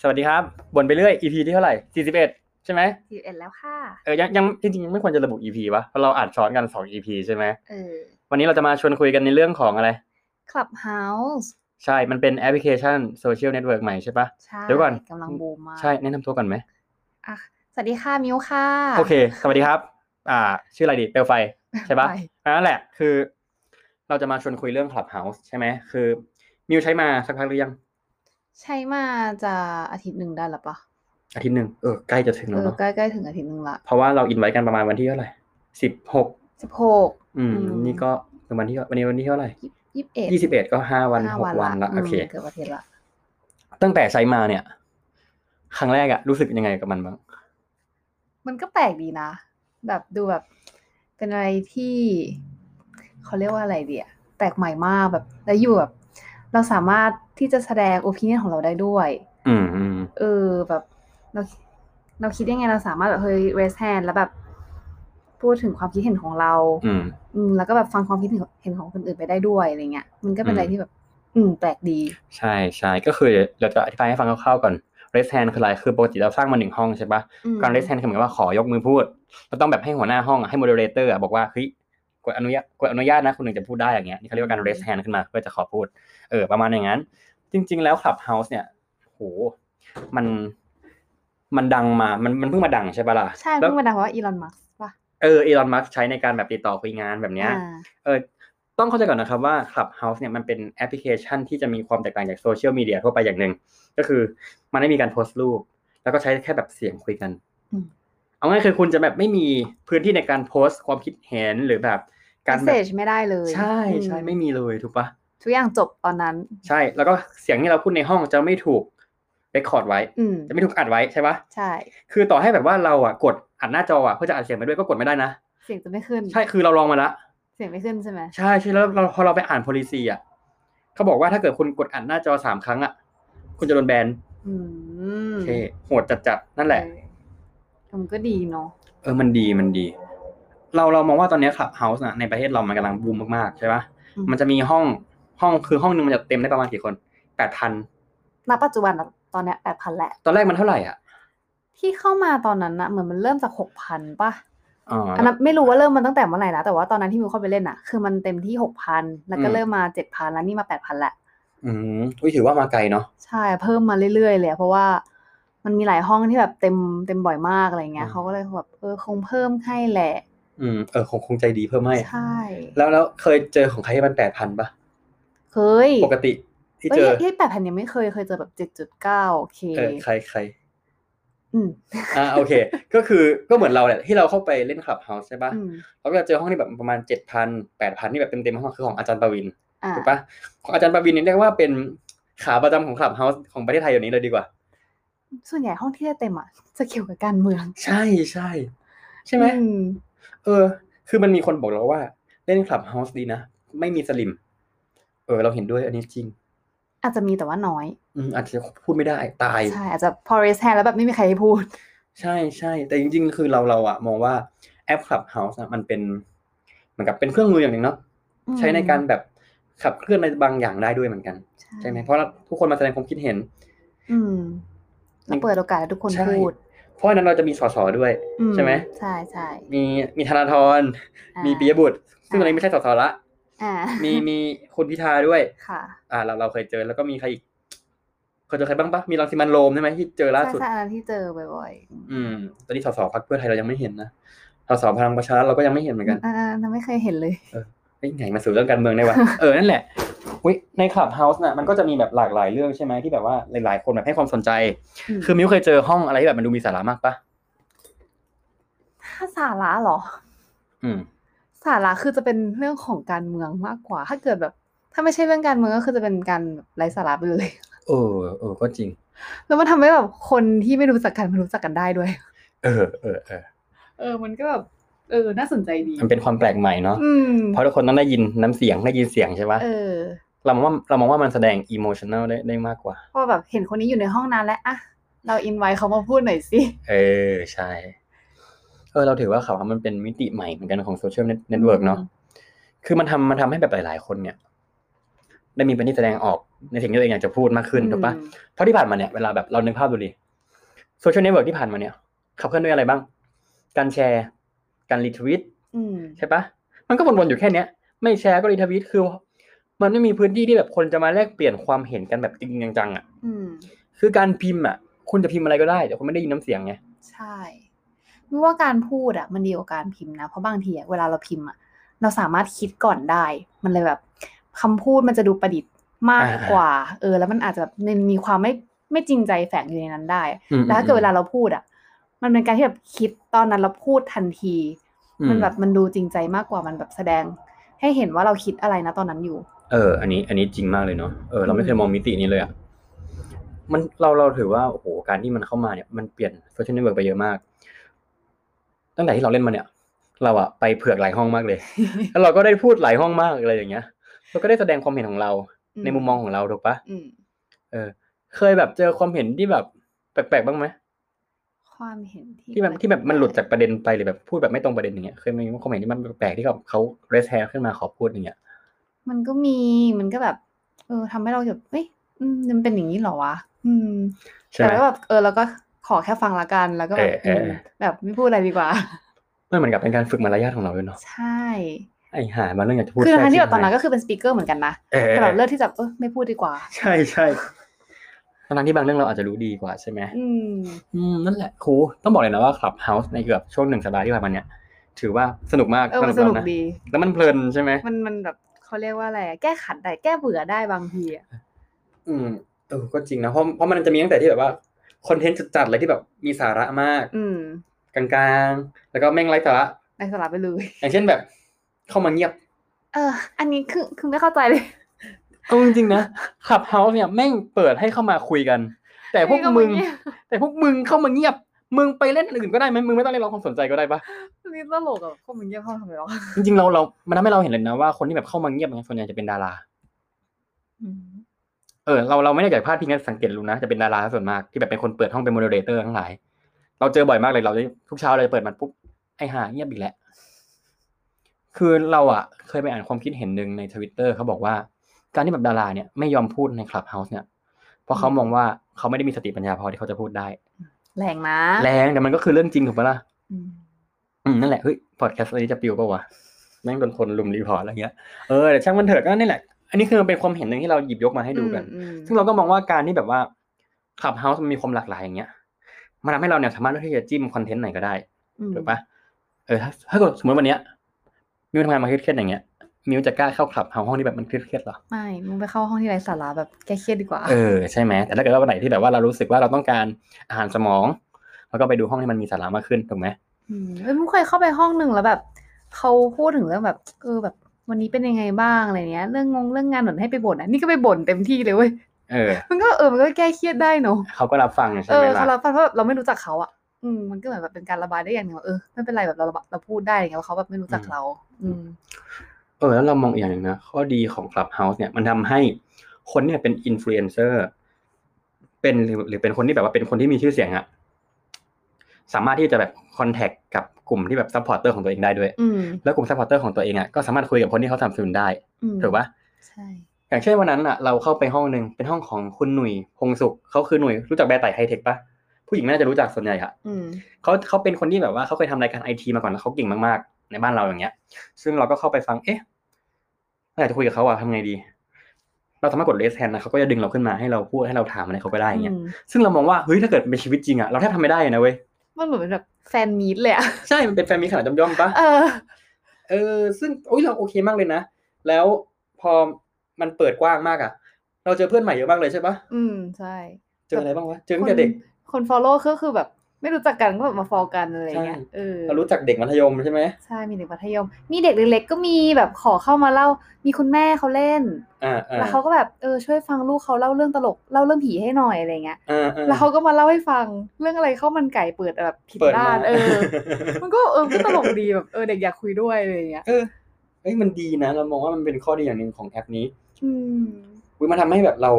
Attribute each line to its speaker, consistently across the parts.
Speaker 1: สวัสดีครับบ่นไปเรื่อย EP ที่เท่าไหร่ 41 ใช่ไหม
Speaker 2: สิบเอ็ดแล้วค่ะ
Speaker 1: เออยังยังจริงๆไม่ควรจะระบุ EP วะเพราะเราอัดซ้อนกัน 2 EP ใช่ไหม
Speaker 2: เออ
Speaker 1: วันนี้เราจะมาชวนคุยกันในเรื่องของอะไร
Speaker 2: Clubhouse
Speaker 1: ใช่มันเป็นแอปพลิเคชันโซเชียลเน็ตเวิร์กใหม่ใช่ปะ
Speaker 2: ใช่
Speaker 1: เดี๋ยวก่อน
Speaker 2: กำลังบูมมาก
Speaker 1: ใช่ แนะนำตัวก่อนไหม
Speaker 2: อ่ะสวัสดีค่ะ มิวค่ะ
Speaker 1: โอเค สวัสดีครับ อ่า ชื่ออะไรดี เปลวไฟ ใช่ปะ
Speaker 2: ไป
Speaker 1: นั่นแหละ คือ เราจะมาชวนคุยเรื่อง Clubhouse ใช่ไหม คือ มิวใช้มาสักพักหรือยัง
Speaker 2: ใช่มาจะอาทิตย์หนึ่งได้ละปะ
Speaker 1: อาทิตย์หนึ่งเออ ใกล้จะถึง
Speaker 2: เอ
Speaker 1: แล้ว
Speaker 2: อ
Speaker 1: เนาะ
Speaker 2: ใกล้ๆถึงอาทิตย์หนึ่งละ
Speaker 1: เพราะว่าเราอินไว้กันประมาณวันที่เท่าไหร่สิบหก
Speaker 2: สิบหก
Speaker 1: อืม
Speaker 2: อืม
Speaker 1: นี่ก็เป็นวันที่ วันนี้วันที่เท่าไหร่
Speaker 2: ยี่สิบเอ็ด
Speaker 1: ยี่สิบเอ็ดก็ห้าวัน
Speaker 2: ห้า
Speaker 1: หกวันละ
Speaker 2: ม
Speaker 1: โอเค
Speaker 2: เกือบอาทิตย์ละ
Speaker 1: ตั้งแต่ใช้มาเนี่ย ครั้งแรกอะรู้สึกยังไงกับมันบ้าง
Speaker 2: มันก็แปลกดีนะ แบบดูแบบ เป็นอะไรที่เขาเรียกว่าอะไรเดียแปลกใหม่มากแบบแล้วอยู่แบบ เราสามารถที่จะแสดงโอปิเนียนของเราได้ด้วย
Speaker 1: อืมอืม
Speaker 2: เออแบบเราเราคิดยังไงเราสามารถแบบเฮ้ย raise hand แล้วแบบ พูดถึงความคิดเห็นของเรา
Speaker 1: อืม
Speaker 2: อืมแล้วก็แบบฟังความคิดเห็นเห็นของคนอื่นไปได้ด้วยอะไรเงี้ยมันก็เป็
Speaker 1: อืม
Speaker 2: นอะไรที่แบบ อืม แปลกดี
Speaker 1: ใช่ใช่ก็คือเดี๋ยวจะอธิบายให้ฟังคร่าวๆก่อน raise hand คืออะไร คือปกติเราสร้างมาหนึ่งห้องใช่ปะ
Speaker 2: อืม
Speaker 1: การ raise hand คือเหมือนว่าขอยกมือพูดเราต้องแบบให้หัวหน้าห้องอะให้ moderator อะบอกว่าเฮ้ยกดอนุญาตกดอนุญาตนะคนหนึ่งจะพูดได้อย่างเงี้ยนี่เขาเรียกว่าการ raise hand ขึ้นมาเพื่อจะขอพูด เออ ประมาณอย่างนั้น จริง ๆ แล้ว Clubhouse เนี่ยโหมันมันดังมา มันมันเพิ่งมาดังใช่ปะล่ะ
Speaker 2: ใช่
Speaker 1: แล้ว
Speaker 2: เพิ่งมาดังเพราะว่าอีลอนมัสป่ะ
Speaker 1: เอออีลอนมัสใช้ในการแบบติดต่อคุยงานแบบเนี้ย
Speaker 2: อ่า
Speaker 1: เออต้องเข้าใจก่อนนะครับว่า Clubhouse เนี่ยมันเป็นแอปพลิเคชันที่จะมีความแตกต่างจากโซเชียลมีเดียทั่วไปอย่างหนึ่ง ก็คือมันไม่มีการโพสต์รูป แล้วก็ใช้แค่แบบเสียงคุยกัน เอาง่ายคือคุณจะแบบไม่มีพื้นที่ในการโพสต์ความคิดเห็นหรือแบบการ
Speaker 2: เมส
Speaker 1: แบ
Speaker 2: เซ
Speaker 1: บ
Speaker 2: จไม่ได้เลย
Speaker 1: ใช่
Speaker 2: อื
Speaker 1: ใช่ไม่มีเลยถูกปะ
Speaker 2: ทุกอย่างจบตอนนั้น
Speaker 1: ใช่แล้วก็เสียงที่เราพูดในห้องจะไม่ถูกเรคคอร์ดไว้
Speaker 2: อืม
Speaker 1: จะไม่ถูกอัดไว้ใช่ปะ
Speaker 2: ใช่
Speaker 1: คือต่อให้แบบว่าเราอ่ะกดอัดหน้าจออ่ะเพื่อจะอัดเสียงไปด้วยก็กดไม่ได้นะ
Speaker 2: เสียงจะไม่ขึ้น
Speaker 1: ใช่คือเราลองมาละ
Speaker 2: เสียงไม่ขึ้นใช่ไหม
Speaker 1: ใช่ใช่แล้วเราพอเราไปอ่าน policy อ่ะเขาบอกว่าถ้าเกิดคุณกดอ่านหน้าจอสามครั้งอ่ะคุณจะโดนแบน
Speaker 2: อืม
Speaker 1: โอเคโหดจัดๆนั่นแหละ
Speaker 2: เออมันก็ดีเนาะ
Speaker 1: เออมันดีมันดี เราเรามองว่าตอนเนี้ย Clubhouse นะในประเทศเรามันกำลังบูมมากๆ ใช่ปะ
Speaker 2: อื
Speaker 1: มันจะมีห้องห้องคือห้องหนึงมันจะเต็มได้ประมาณกี่คนแปดพัน
Speaker 2: ณปัจจุบันอะตอนเนี้ยแปดพันแหละ
Speaker 1: ตอนแรกมันเท่าไหร่อ่ะ
Speaker 2: ที่เข้ามาตอนนั้นนะเหมือนมันเริ่มจากหกพันป่ะ
Speaker 1: อ๋อ
Speaker 2: อันนั้นไม่รู้ว่าเริ่มมันตั้งแต่เมื่อไหร่นะแต่ว่าตอนนั้นที่มิวเข้าไปเล่นอ่ะ คือมันเต็มที่หกพันแล้วก็เริ่มมาเจ็ดพันแล้วนี่มาแปดพันละ
Speaker 1: อืมอุ้ยถือว่ามาไกลเนาะ
Speaker 2: ใช่เพิ่มมาเรื่อยๆเลยอะเพราะว่ามันมีหลายห้องที่แบบเต็มเต็มบ่อยมากอะไรเงี้ยเขาก็เลยแบบเออคงเพิ่มให้แหละ
Speaker 1: อืมเออคงคงใจดีเพิ่มให้
Speaker 2: ใช่
Speaker 1: แล้วแล้วเคยเจอของใครที่มันแปดพันปะ
Speaker 2: เคย
Speaker 1: ปกติที่
Speaker 2: เอ้
Speaker 1: เจ
Speaker 2: ย
Speaker 1: อ
Speaker 2: ที่แปดพันยังไม่เคยเคยเจอแบบเจ็ดจุดเก้าเค
Speaker 1: เออใครใคร
Speaker 2: อืม
Speaker 1: อ่าโอเค ก็คือก็เหมือนเราแหละที่เราเข้าไปเล่นคลับเฮาส์ใช่ปะ
Speaker 2: อืม
Speaker 1: เราก็จะเจอห้องที่แบบประมาณเจ็ดพันแปดพันที่แบบเต็มๆห้องคือของอาจารย์ปวิน
Speaker 2: อ่า
Speaker 1: ถูกปะของอาจารย์ปวินเนี่ยเรียกว่าเป็นขาประจำของคลับเฮาส์ของประเทศไทยอยู่นี้เลยดีกว่า
Speaker 2: ส่วนใหญ่ห้องที่ได้เต็มอ่ะจะเกี่ยวกับการเมือง
Speaker 1: ใช่ใช่ ใช่ไหม
Speaker 2: อืม
Speaker 1: เออ คือมันมีคนบอกเราว่าเล่นคลับเฮาส์ดีนะ ไม่มีสลิม เออ เราเห็นด้วยอันนี้จริง
Speaker 2: อาจจะมีแต่ว่าน้อย
Speaker 1: อืมอาจจะพูดไม่ได้ตาย
Speaker 2: ใช่อาจจะพอเรสแทนแล้วแบบไม่มีใครให้พูด
Speaker 1: ใช่ใช่แต่จริงๆ คือเราเราอะมองว่าแอป Clubhouse นะมันเป็นเหมือนกับเป็นเครื่องมืออย่างหนึ่งเนาะ
Speaker 2: อืม
Speaker 1: ใช้ในการแบบขับเคลื่อนในบางอย่างได้ด้วยเหมือนกัน ใช่ไหมเพราะทุกคนมาแสดงความคิดเห็น
Speaker 2: อืมแล้วเปิดโอกาสให้ทุกคน
Speaker 1: ใช่
Speaker 2: พูด
Speaker 1: เพราะฉะนั้นเราจะมีสสด้วย
Speaker 2: อื
Speaker 1: ใช่ไหม
Speaker 2: ใช่ใช่
Speaker 1: มีมีธนาธร
Speaker 2: อ่า
Speaker 1: มีปิยบุตร ซึ่งตอนนี้ไม่ใช่สสละ
Speaker 2: อ่า
Speaker 1: มีมีคุณพิธาด้วย
Speaker 2: ค่ะ
Speaker 1: อ่า เราเราเคยเจอแล้วก็มีใครอีกเคยเจอใครบ้างปะมีรังสิมันต์โรมใช่ไหมที่เจอล่า
Speaker 2: ใช่
Speaker 1: สุด
Speaker 2: ใช่อันนั้นที่เจอบ่อยๆ
Speaker 1: อืม ตอนนี้สสพรรคเพื่อไทยเรายังไม่เห็นนะสสพลังประชารัฐเราก็ยังไม่เห็นเหมือนกัน
Speaker 2: อันนั้นไม่เคยเห็นเลย
Speaker 1: เฮ้ยไหนมาสู่เรื่องการเมืองได้วะ เออ นั่นแหละอุ๊ยในคลับเฮาส์น่ะมันก็จะมีแบบหลากหลายเรื่องใช่ไหมที่แบบว่าหลายๆ คนแบบให้ความสนใจ
Speaker 2: อืม
Speaker 1: คือมิ้วเคยเจอห้องอะไรที่แบบมันดูมีสาระมากปะ
Speaker 2: ถ้าสาระเหรอ
Speaker 1: อืม
Speaker 2: สาระคือจะเป็นเรื่องของการเมืองมากกว่า ถ้าเกิดแบบ ถ้าไม่ใช่เรื่องการเมืองก็คือจะเป็นการแบบไร้สาระไปเลย
Speaker 1: เออ เออ ก็จริง
Speaker 2: แล้วมันทำให้แบบคนที่ไม่รู้จักกันมันรู้จักกันได้ด้วย
Speaker 1: เออ เออ เออ
Speaker 2: เออ มันก็แบบเออ น่าสนใจดี
Speaker 1: มันเป็นความแปลกใหม่เนาะ
Speaker 2: อืม
Speaker 1: เพราะทุกคนต้องได้ยินน้ำเสียงได้ยินเสียงใช่ปะ
Speaker 2: เออ
Speaker 1: เรามองว่าเรามองว่ามันแสดงอิโมชันแนลได้ได้มากกว่า
Speaker 2: เพราะแบบเห็นคนนี้อยู่ในห้องนานแล้วอะเราอินไว้เขามาพูดหน่อยสิ
Speaker 1: เออ ใช่ เออ เราถือว่าเขาว่ามันเป็นมิติใหม่เหมือนกันของโซเชียลเน็ตเวิร์กเนาะ คือมันทำมันทำให้แบบหลาย ๆ คนเนี่ย ได้มีเป็นที่แสดงออก ในสิ่งที่ตัวเองอยากจะพูดมากขึ้นถูกปะ
Speaker 2: อืม
Speaker 1: เพราะที่ผ่านมาเนี่ยเวลาแบบเรานึกภาพดูดิโซเชียลเน็ตเวิร์กที่ผ่านมาเนี่ยขับเคลื่อนด้วยอะไรบ้าง การแชร์ การรีทวิต
Speaker 2: อืม
Speaker 1: ใช่ปะมันก็วนๆอยู่แค่เนี้ย ไม่แชร์ก็รีทวิต คือ มันไม่มีพื้นที่ที่แบบคนจะมาแลกเปลี่ยนความเห็นกันแบบจริงจังๆอ่ะ
Speaker 2: อืม
Speaker 1: คือการพิมพ์อ่ะ คุณจะพิมพ์อะไรก็ได้ แต่คุณไม่ได้ยินน้ำเสียงไง
Speaker 2: ใช่ไม่ว่าการพูดอะมันดีกว่าการพิมพ์นะ เพราะบางทีอะเวลาเราพิมพ์อะเราสามารถคิดก่อนได้ มันเลยแบบคำพูดมันจะดูประดิษฐ์มาก
Speaker 1: อ่า
Speaker 2: กว่า เออ แล้วมันอาจจะแบบมันมีความไม่ไม่จริงใจแฝงอยู่ในนั้นได้
Speaker 1: อืม
Speaker 2: แต่ถ้าเกิดเวลาเราพูดอะมันเป็นการที่แบบคิดตอนนั้นเราพูดทันที
Speaker 1: อื
Speaker 2: มันแบบมันดูจริงใจมากกว่ามันแบบแสดง ให้เห็นว่าเราคิดอะไรนะตอนนั้นอยู่
Speaker 1: เออ อันนี้ อันนี้จริงมากเลยเนาะ เออ เราไม่
Speaker 2: อืม
Speaker 1: เคยมองมิตินี้เลยอ่ะ มันเรา เราถือว่า โอ้โห การที่มันเข้ามาเนี่ย มันเปลี่ยนโซเชียลเน็ตเวิร์กไปเยอะมาก ตั้งแต่ที่เราเล่นมาเนี่ย เราอะไปเผือกหลายห้องมากเลย แล้วเราก็ได้พูดหลายห้องมากอะไรอย่างเงี้ย เราก็ได้แสดงความเห็นของเรา ในมุมมองของเราถูกปะ
Speaker 2: อืม
Speaker 1: เออเคยแบบเจอความเห็นที่แบบแปลกๆบ้างไหม
Speaker 2: ความเห็นที่
Speaker 1: ที่แบบที่แบบมันหลุดจากประเด็นไปหรือแบบพูดแบบไม่ตรงประเด็นอย่างเงี้ยเคยมีความเห็นที่มันแปลกๆที่แบบเขาเรสแฮร์ขึ้นมาขอพูดอย่างเงี้ย
Speaker 2: มันก็มีมันก็แบบ เออทำให้เราแบบเอ้ยอืมมันเป็นอย่างนี้เหรอวะอืม
Speaker 1: ใช่
Speaker 2: แต่
Speaker 1: ไหม
Speaker 2: ว่าแบบเออเราก็ขอแค่ฟังละกันแล้วก็แบบ
Speaker 1: เออเออ
Speaker 2: มแบบไม่พูดอะไรดีกว่า
Speaker 1: มันเหมือนกับเป็นการฝึกมารยาทของเราเลยเนาะ
Speaker 2: ใช่
Speaker 1: ไอ้ห่ามาเรื่องอยากจะพูด
Speaker 2: คือทั้งที่แบ
Speaker 1: ช่
Speaker 2: บ
Speaker 1: ไหม
Speaker 2: ตอนนั้นก็คือเป็นสปีกเกอร์เหมือนกันนะ
Speaker 1: เออ
Speaker 2: แต่แบบเลือกที่จะเออไม่พูดดีกว่า
Speaker 1: ใช่ใช่ทั้งๆที่บางเรื่องเราอาจจะรู้ดีกว่าใช่ไหม
Speaker 2: อืม
Speaker 1: อืมนั่นแหละครูต้องบอกเลยนะว่าคลับเฮาส์ในเกือบช่วงหนึ่งสัปดาห์ที่ผ่านมาเนี่ยถือว่าสนุกมาก
Speaker 2: เออมันส
Speaker 1: เรา
Speaker 2: นุก
Speaker 1: นะ
Speaker 2: ดี
Speaker 1: แล้วมันเพลินใช่ไหม
Speaker 2: มันมันแบบเขาเรียกว่าอะไรอะแก้ขัดได้แก้เบื่อได้บางทีอะ
Speaker 1: อืมเออก็จริงนะเพราะเพราะมันจะมีตั้งแต่ที่แบบว่าคอนเทนต์จัดๆเลยที่แบบมีสาระมาก
Speaker 2: อืม
Speaker 1: กลางๆ แล้วก็แม่งไร้สาระ
Speaker 2: ในสลับไปเลย
Speaker 1: อย่างเช่นแบบ เข้ามาเงียบ
Speaker 2: เออ อันนี้คือคือไม่เข้าใจเลย
Speaker 1: เอาจริงๆนะขับเฮาส์เนี่ยแม่งเปิดให้เข้ามาคุยกัน แต่พวกมึง แต่พวกมึงเข้ามาเงียบ มึงไปเล่นอันอื่นก็ได้ไหมมึงไม่ต้องเรียกร้องความสนใจก็ได้ปะ
Speaker 2: นี่ตลกอะพวกมึงเยี่ยมห้องทำไมวะ
Speaker 1: จริงๆเราเรา มันทำให้เราเห็นเลยนะว่าคนที่แบบเข้ามาเงียบเนี่ยส่วนใหญ่จะเป็นดารา
Speaker 2: อืม
Speaker 1: เออเราเราไม่ได้อยากพลาดพิงกันสังเกตรู้นะจะเป็นดาราซะส่วนมากที่แบบเป็นคนเปิดห้องเป็นโมเดเลเตอร์ทั้งหลาย เราเจอบ่อยมากเลยเราทุกเช้าเราจะเปิดมันปุ๊บไอหาเงียบอีกแล้วคือเราอะเคยไปอ่านความคิดเห็นหนึ่งในทวิตเตอร์เขาบอกว่า การที่แบบดาราเนี่ยไม่ยอมพูดในคลับเฮาส์เนี่ยเพราะเขามองว่าเขาไม่ได้มีสติปัญญาพอที่เขาจะพูดได้
Speaker 2: แรงนะ
Speaker 1: แรงแต่มันก็คือเรื่องจริงถูกปะล่ะ
Speaker 2: อืม
Speaker 1: อืมนั่นแหละเฮ้ยพอดแคสต์อันนี้จะปิวปะวะแม่งโดนคนลุมรีพอร์ตอะไรเงี้ยเออแต่ช่างมันเถอะก็นี่แหละ อันนี้คือมันเป็นความเห็นหนึ่งที่เราหยิบยกมาให้ดูกัน
Speaker 2: อืม
Speaker 1: ซึ่งเราก็มองว่าการที่แบบว่าคลับเฮาส์มันมีความหลากหลายอย่างเงี้ย มันทำให้เราเนี่ยสามารถเลือกที่จะจิ้มคอนเทนต์ไหนก็ได้
Speaker 2: อืม
Speaker 1: ถูกปะเออถ้าถ้าเกิดสมมติวันเนี้ยมิวทำงานมาเครียดๆอย่างเงี้ยมิวจะกล้าเข้าคลับเฮาส์ห้องที่แบบมันเครียดๆเหรอ
Speaker 2: ไม่มึงไปเข้าห้องที่ไร้สาระแบบแก้เครียดดีกว่า
Speaker 1: เออใช่ไหมแต่ถ้าเกิดว่าวันไหนที่แบบว่าเรารู้สึกว่าเราต้องการอาหารสมองเราก็ไปดูห้องที่มันมีสาระมากขึ้นถูกไหม
Speaker 2: อืมเอ้ยมุกเคยเข้าไปห้องหนึ่งแล้วแบบเขาพูดถึงเรื่องแบบ เออแบบ วันนี้เป็นยังไงบ้างอะไรเนี้ย เรื่องงงเรื่องงานเหมือนให้ไปบ่นอ่ะนี่ก็ไปบ่นเต็มที่เลยเว้ย
Speaker 1: เออ
Speaker 2: มันก็เออมันก็แก้เครียดได้เนอะ
Speaker 1: เขาก็รับฟังใช่
Speaker 2: เอ
Speaker 1: ไห
Speaker 2: อ
Speaker 1: ม
Speaker 2: เขา
Speaker 1: ล่ะ
Speaker 2: เราเพราะแบบเราไม่รู้จักเขาอ่ะอืมมันก็เหมือนแบบเป็นการระบายได้อย่างหนึ่งว่าเออไม่เป็นไรแบบเราระบายเราพูดได้อะไรเงี้ยว่าเขาแบบไม่รู้จัก
Speaker 1: อืม
Speaker 2: เรา อืม
Speaker 1: เออแล้วเรามองอีกอย่างหนึ่งนะ ข้อดีของ Clubhouse เนี่ยมันทำให้คนเนี่ยเป็นอินฟลูเอนเซอร์เป็นหรือหรือเป็นคนที่แบบว่าเป็นคนที่มีชื่อเสียงอะสามารถที่จะแบบคอนแทคกับกลุ่มที่แบบซัพพอร์ตเตอร์ของตัวเองได้ด้วย
Speaker 2: อืม
Speaker 1: แล้วกลุ่มซัพพอร์ตเตอร์ของตัวเองอะก็สามารถคุยกับคนที่เขาสนับสนุนได้
Speaker 2: อืม
Speaker 1: ถูกปะ
Speaker 2: ใช่
Speaker 1: อย่างเช่นวันนั้นอะเราเข้าไปห้องหนึ่งเป็นห้องของคุณหนุ่ยพงสุขเขาคือหนุ่ยรู้จักแบร์ไต่ไฮเทคปะผู้หญิงไม่น่าจะรู้จักส่วนใหญ่อะ
Speaker 2: อืม
Speaker 1: เขาเขาเป็นคนที่แบบว่าเขาเคยทำรายการไอทีมาก่อนแล้วเขาเก่งมากๆ ในบ้านเราอย่างเงี้ย ซึ่งเราก็เข้าไปฟัง เอ๊ะเราอยากจะคุยกับเขาอะทำไงดี เราสามารถกดเลสแทนนะเขาก็จะดึงเราขึ้นมาให้เราพูดให้เราถามอะไรเขาก็ได้อย่างเงี้ย
Speaker 2: อืม
Speaker 1: ซึ่งเรามองว่าเฮ้ยถ้าเกิดเป็นชีวิตจริงอะเราแทบทำไม่ได้นะเว้ย
Speaker 2: มันเหมือนเป็นแบบแฟนมีดเลยอ่ะ
Speaker 1: ใช่ มันเป็นแฟนมีขนาดย่อมๆปะ
Speaker 2: เออ
Speaker 1: เออ ซึ่งโอ้ยเราโอเคมากเลยนะ แล้วพอมันเปิดกว้างมากอะเราเจอเพื่อนใหม่เยอะมากเลยใช่ปะ
Speaker 2: อืมใช่
Speaker 1: เจออะไรบ้างวะ เจอตั้งแต่เด็ก
Speaker 2: คน follow ก็คือแบบ ไม่รู้จักกันก็แบบมา follow กันอะไรเงี้ย
Speaker 1: ใช่
Speaker 2: เออ
Speaker 1: เรารู้จักเด็กมัธยมใช่ไหม
Speaker 2: ใช่ มีเด็กมัธยม มีเด็กเล็กๆ ก็มีแบบขอเข้ามาเล่า มีคุณแม่เขาเล่น
Speaker 1: อ่าอ่า
Speaker 2: แล้วเขาก็แบบเออช่วยฟังลูกเขาเล่าเรื่องตลกเล่าเรื่องผีให้หน่อยอะไรเงี้ย
Speaker 1: อ่าอ่า
Speaker 2: แล้วเขาก็มาเล่าให้ฟังเรื่องอะไรข้าวมันไก่เปิดแบบผิด
Speaker 1: เปิ
Speaker 2: ด้าม
Speaker 1: ดาน
Speaker 2: เออ มันก็เออมันก็ตลกดีแบบเออเด็กอยากคุยด้วยอะไรเงี้ย
Speaker 1: เออเอ้ยมันดีนะ เรามองว่ามันเป็นข้อดีอย่างหนึ่งของแอปนี้
Speaker 2: อืม
Speaker 1: อุ๊ยมันทำให้แบบเรา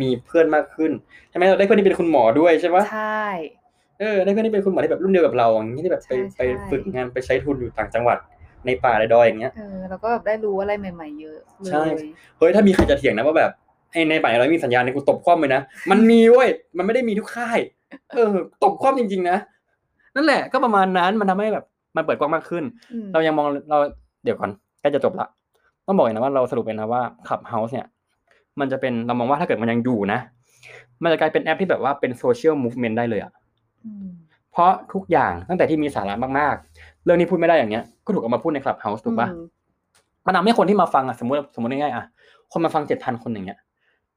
Speaker 1: มีเพื่อนมากขึ้นใช่ไหมเราได้เพื่อนที่เป็นคุณหมอด้วยใช่ปะ
Speaker 2: ใช่
Speaker 1: เออได้เพื่อนที่เป็นคุณหมอที่แบบรุ่นเดียวกับเราอย่างนี้ยที่แบบไป
Speaker 2: ใช่ใช่
Speaker 1: ไปฝึกงานไปใช้ทุนอยู่ต่างจังหวัด ในป่าในดอยอย่างเงี้ย
Speaker 2: เออแล้วก็แบบได้รู้อะไรใหม่ ๆ เยอะเล
Speaker 1: ใช่
Speaker 2: ย
Speaker 1: เฮ้ยถ้ามีใครจะเถียงนะว่าแบบ ไอ้ในป่าเรามีสัญญาณในกูตบคว่ำเลยนะมันมีเว้ยมันไม่ได้มีทุกค่าย เออ ตบคว่ำจริง ๆ นะนั่นแหละ ก็ประมาณนั้นมันทำให้แบบ มันเปิดกว้างมากขึ้น
Speaker 2: อืม
Speaker 1: เรายังมองเราเดี๋ยวก่อนใกล้จะจบละต้องบอกเลยนะว่าเราสรุปเลยนะว่าขับเฮาส์เนี่ย มันจะเป็นเรามองว่าถ้าเกิดมันยังอยู่นะ มันจะกลายเป็นแอปที่แบบว่าเป็นโซเชียลมูฟเมนต์ได้เลยอะ
Speaker 2: อืม
Speaker 1: เพราะทุกอย่างตั้งแต่ที่มีสาระมากๆ เรื่องนี้พูดไม่ได้อย่างเงี้ย ก็ถูกเอามาพูดในคลับเฮาส์ถูกปะ
Speaker 2: อืม
Speaker 1: มันทำให้คนที่มาฟังอ่ะสมมติสมมติง่ายๆอ่ะคนมาฟังเจ็ดพันคนอย่างเงี้ย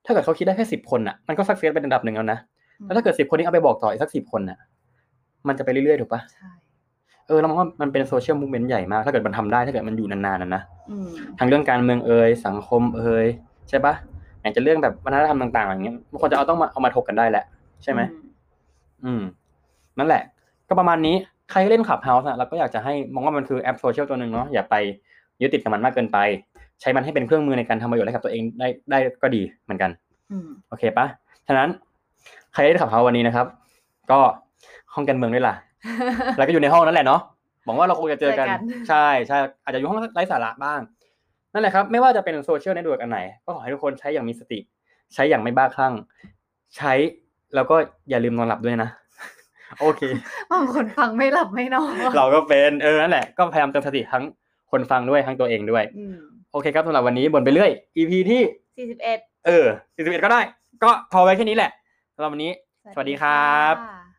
Speaker 1: ถ้าเกิดเขาคิดได้แค่สิบคนอ่ะมันก็สักเซสเป็นระดับหนึ่งแล้วนะแล้วถ้าเกิดสิบคนนี้เอาไปบอกต่ออีกสักสิบคนอ่ะ มันจะไปเรื่อยๆถูกปะ
Speaker 2: ใช่
Speaker 1: เออเรามองว่ามันเป็นโซเชียลมูฟเมนต์ใหญ่มาก ถ้าเกิดมันทำได้ถ้าเกิดมันอยู่นานๆนะนะ
Speaker 2: อืม
Speaker 1: ทั้งเรื่องการเมืองเอ่ยสังคมเอ่ยใช่ปะไหนจะเรื่องแบบวัฒนธรรมต่างๆ อย่างเงี้ยมันควรจะเอาต้องมาเอามาถกกันได้แหละใช่ไหมอื
Speaker 2: อื
Speaker 1: มนั่นแหละ ก็ประมาณนี้ใครเล่นขับเฮาส์นะเราก็อยากจะให้มองว่ามันคือแอปโซเชียลตัวหนึ่งเนาะอย่าไปยึดติดกับมันมากเกินไป ใช้มันให้เป็นเครื่องมือในการทำประโยชน์ให้กับตัวเองได้ได้ก็ดีเหมือนกัน
Speaker 2: อืม
Speaker 1: โอเคปะฉะนั้นใครเล่นขับเฮาส์วันนี้นะครับ ก็ห้องการเมืองด้วยล่ะ แล้วก็อยู่ในห้องนั่นแหละเนาะหวังว่าเราคงจะเจอกัน ใช่ใช่อาจจะอยู่ห้องไร้สาระบ้าง นั่นแหละครับ ไม่ว่าจะเป็นโซเชียลเน็ตเวิร์กอันไหน ก็ขอให้ทุกคนใช้อย่างมีสติ ใช้อย่างไม่บ้าคลั่ง ใช้แล้วก็อย่าลืมนอนหลับด้วยนะ โอเค
Speaker 2: บางคนฟังไม่หลับไม่นอน
Speaker 1: เราก็เป็นเออนั่นแหละ ก็พยายามเตือนสติทั้งคนฟังด้วยทั้งตัวเองด้วย
Speaker 2: อืม
Speaker 1: โอเคครับสำหรับวันนี้บ่นไปเรื่อย EP ที่
Speaker 2: สี่สิบเอ็ด
Speaker 1: เออ41ก็ได้ ก็พอไว้แค่นี้แหละสำหรับวันนี้ สวัสดีครับ
Speaker 2: ค่ะ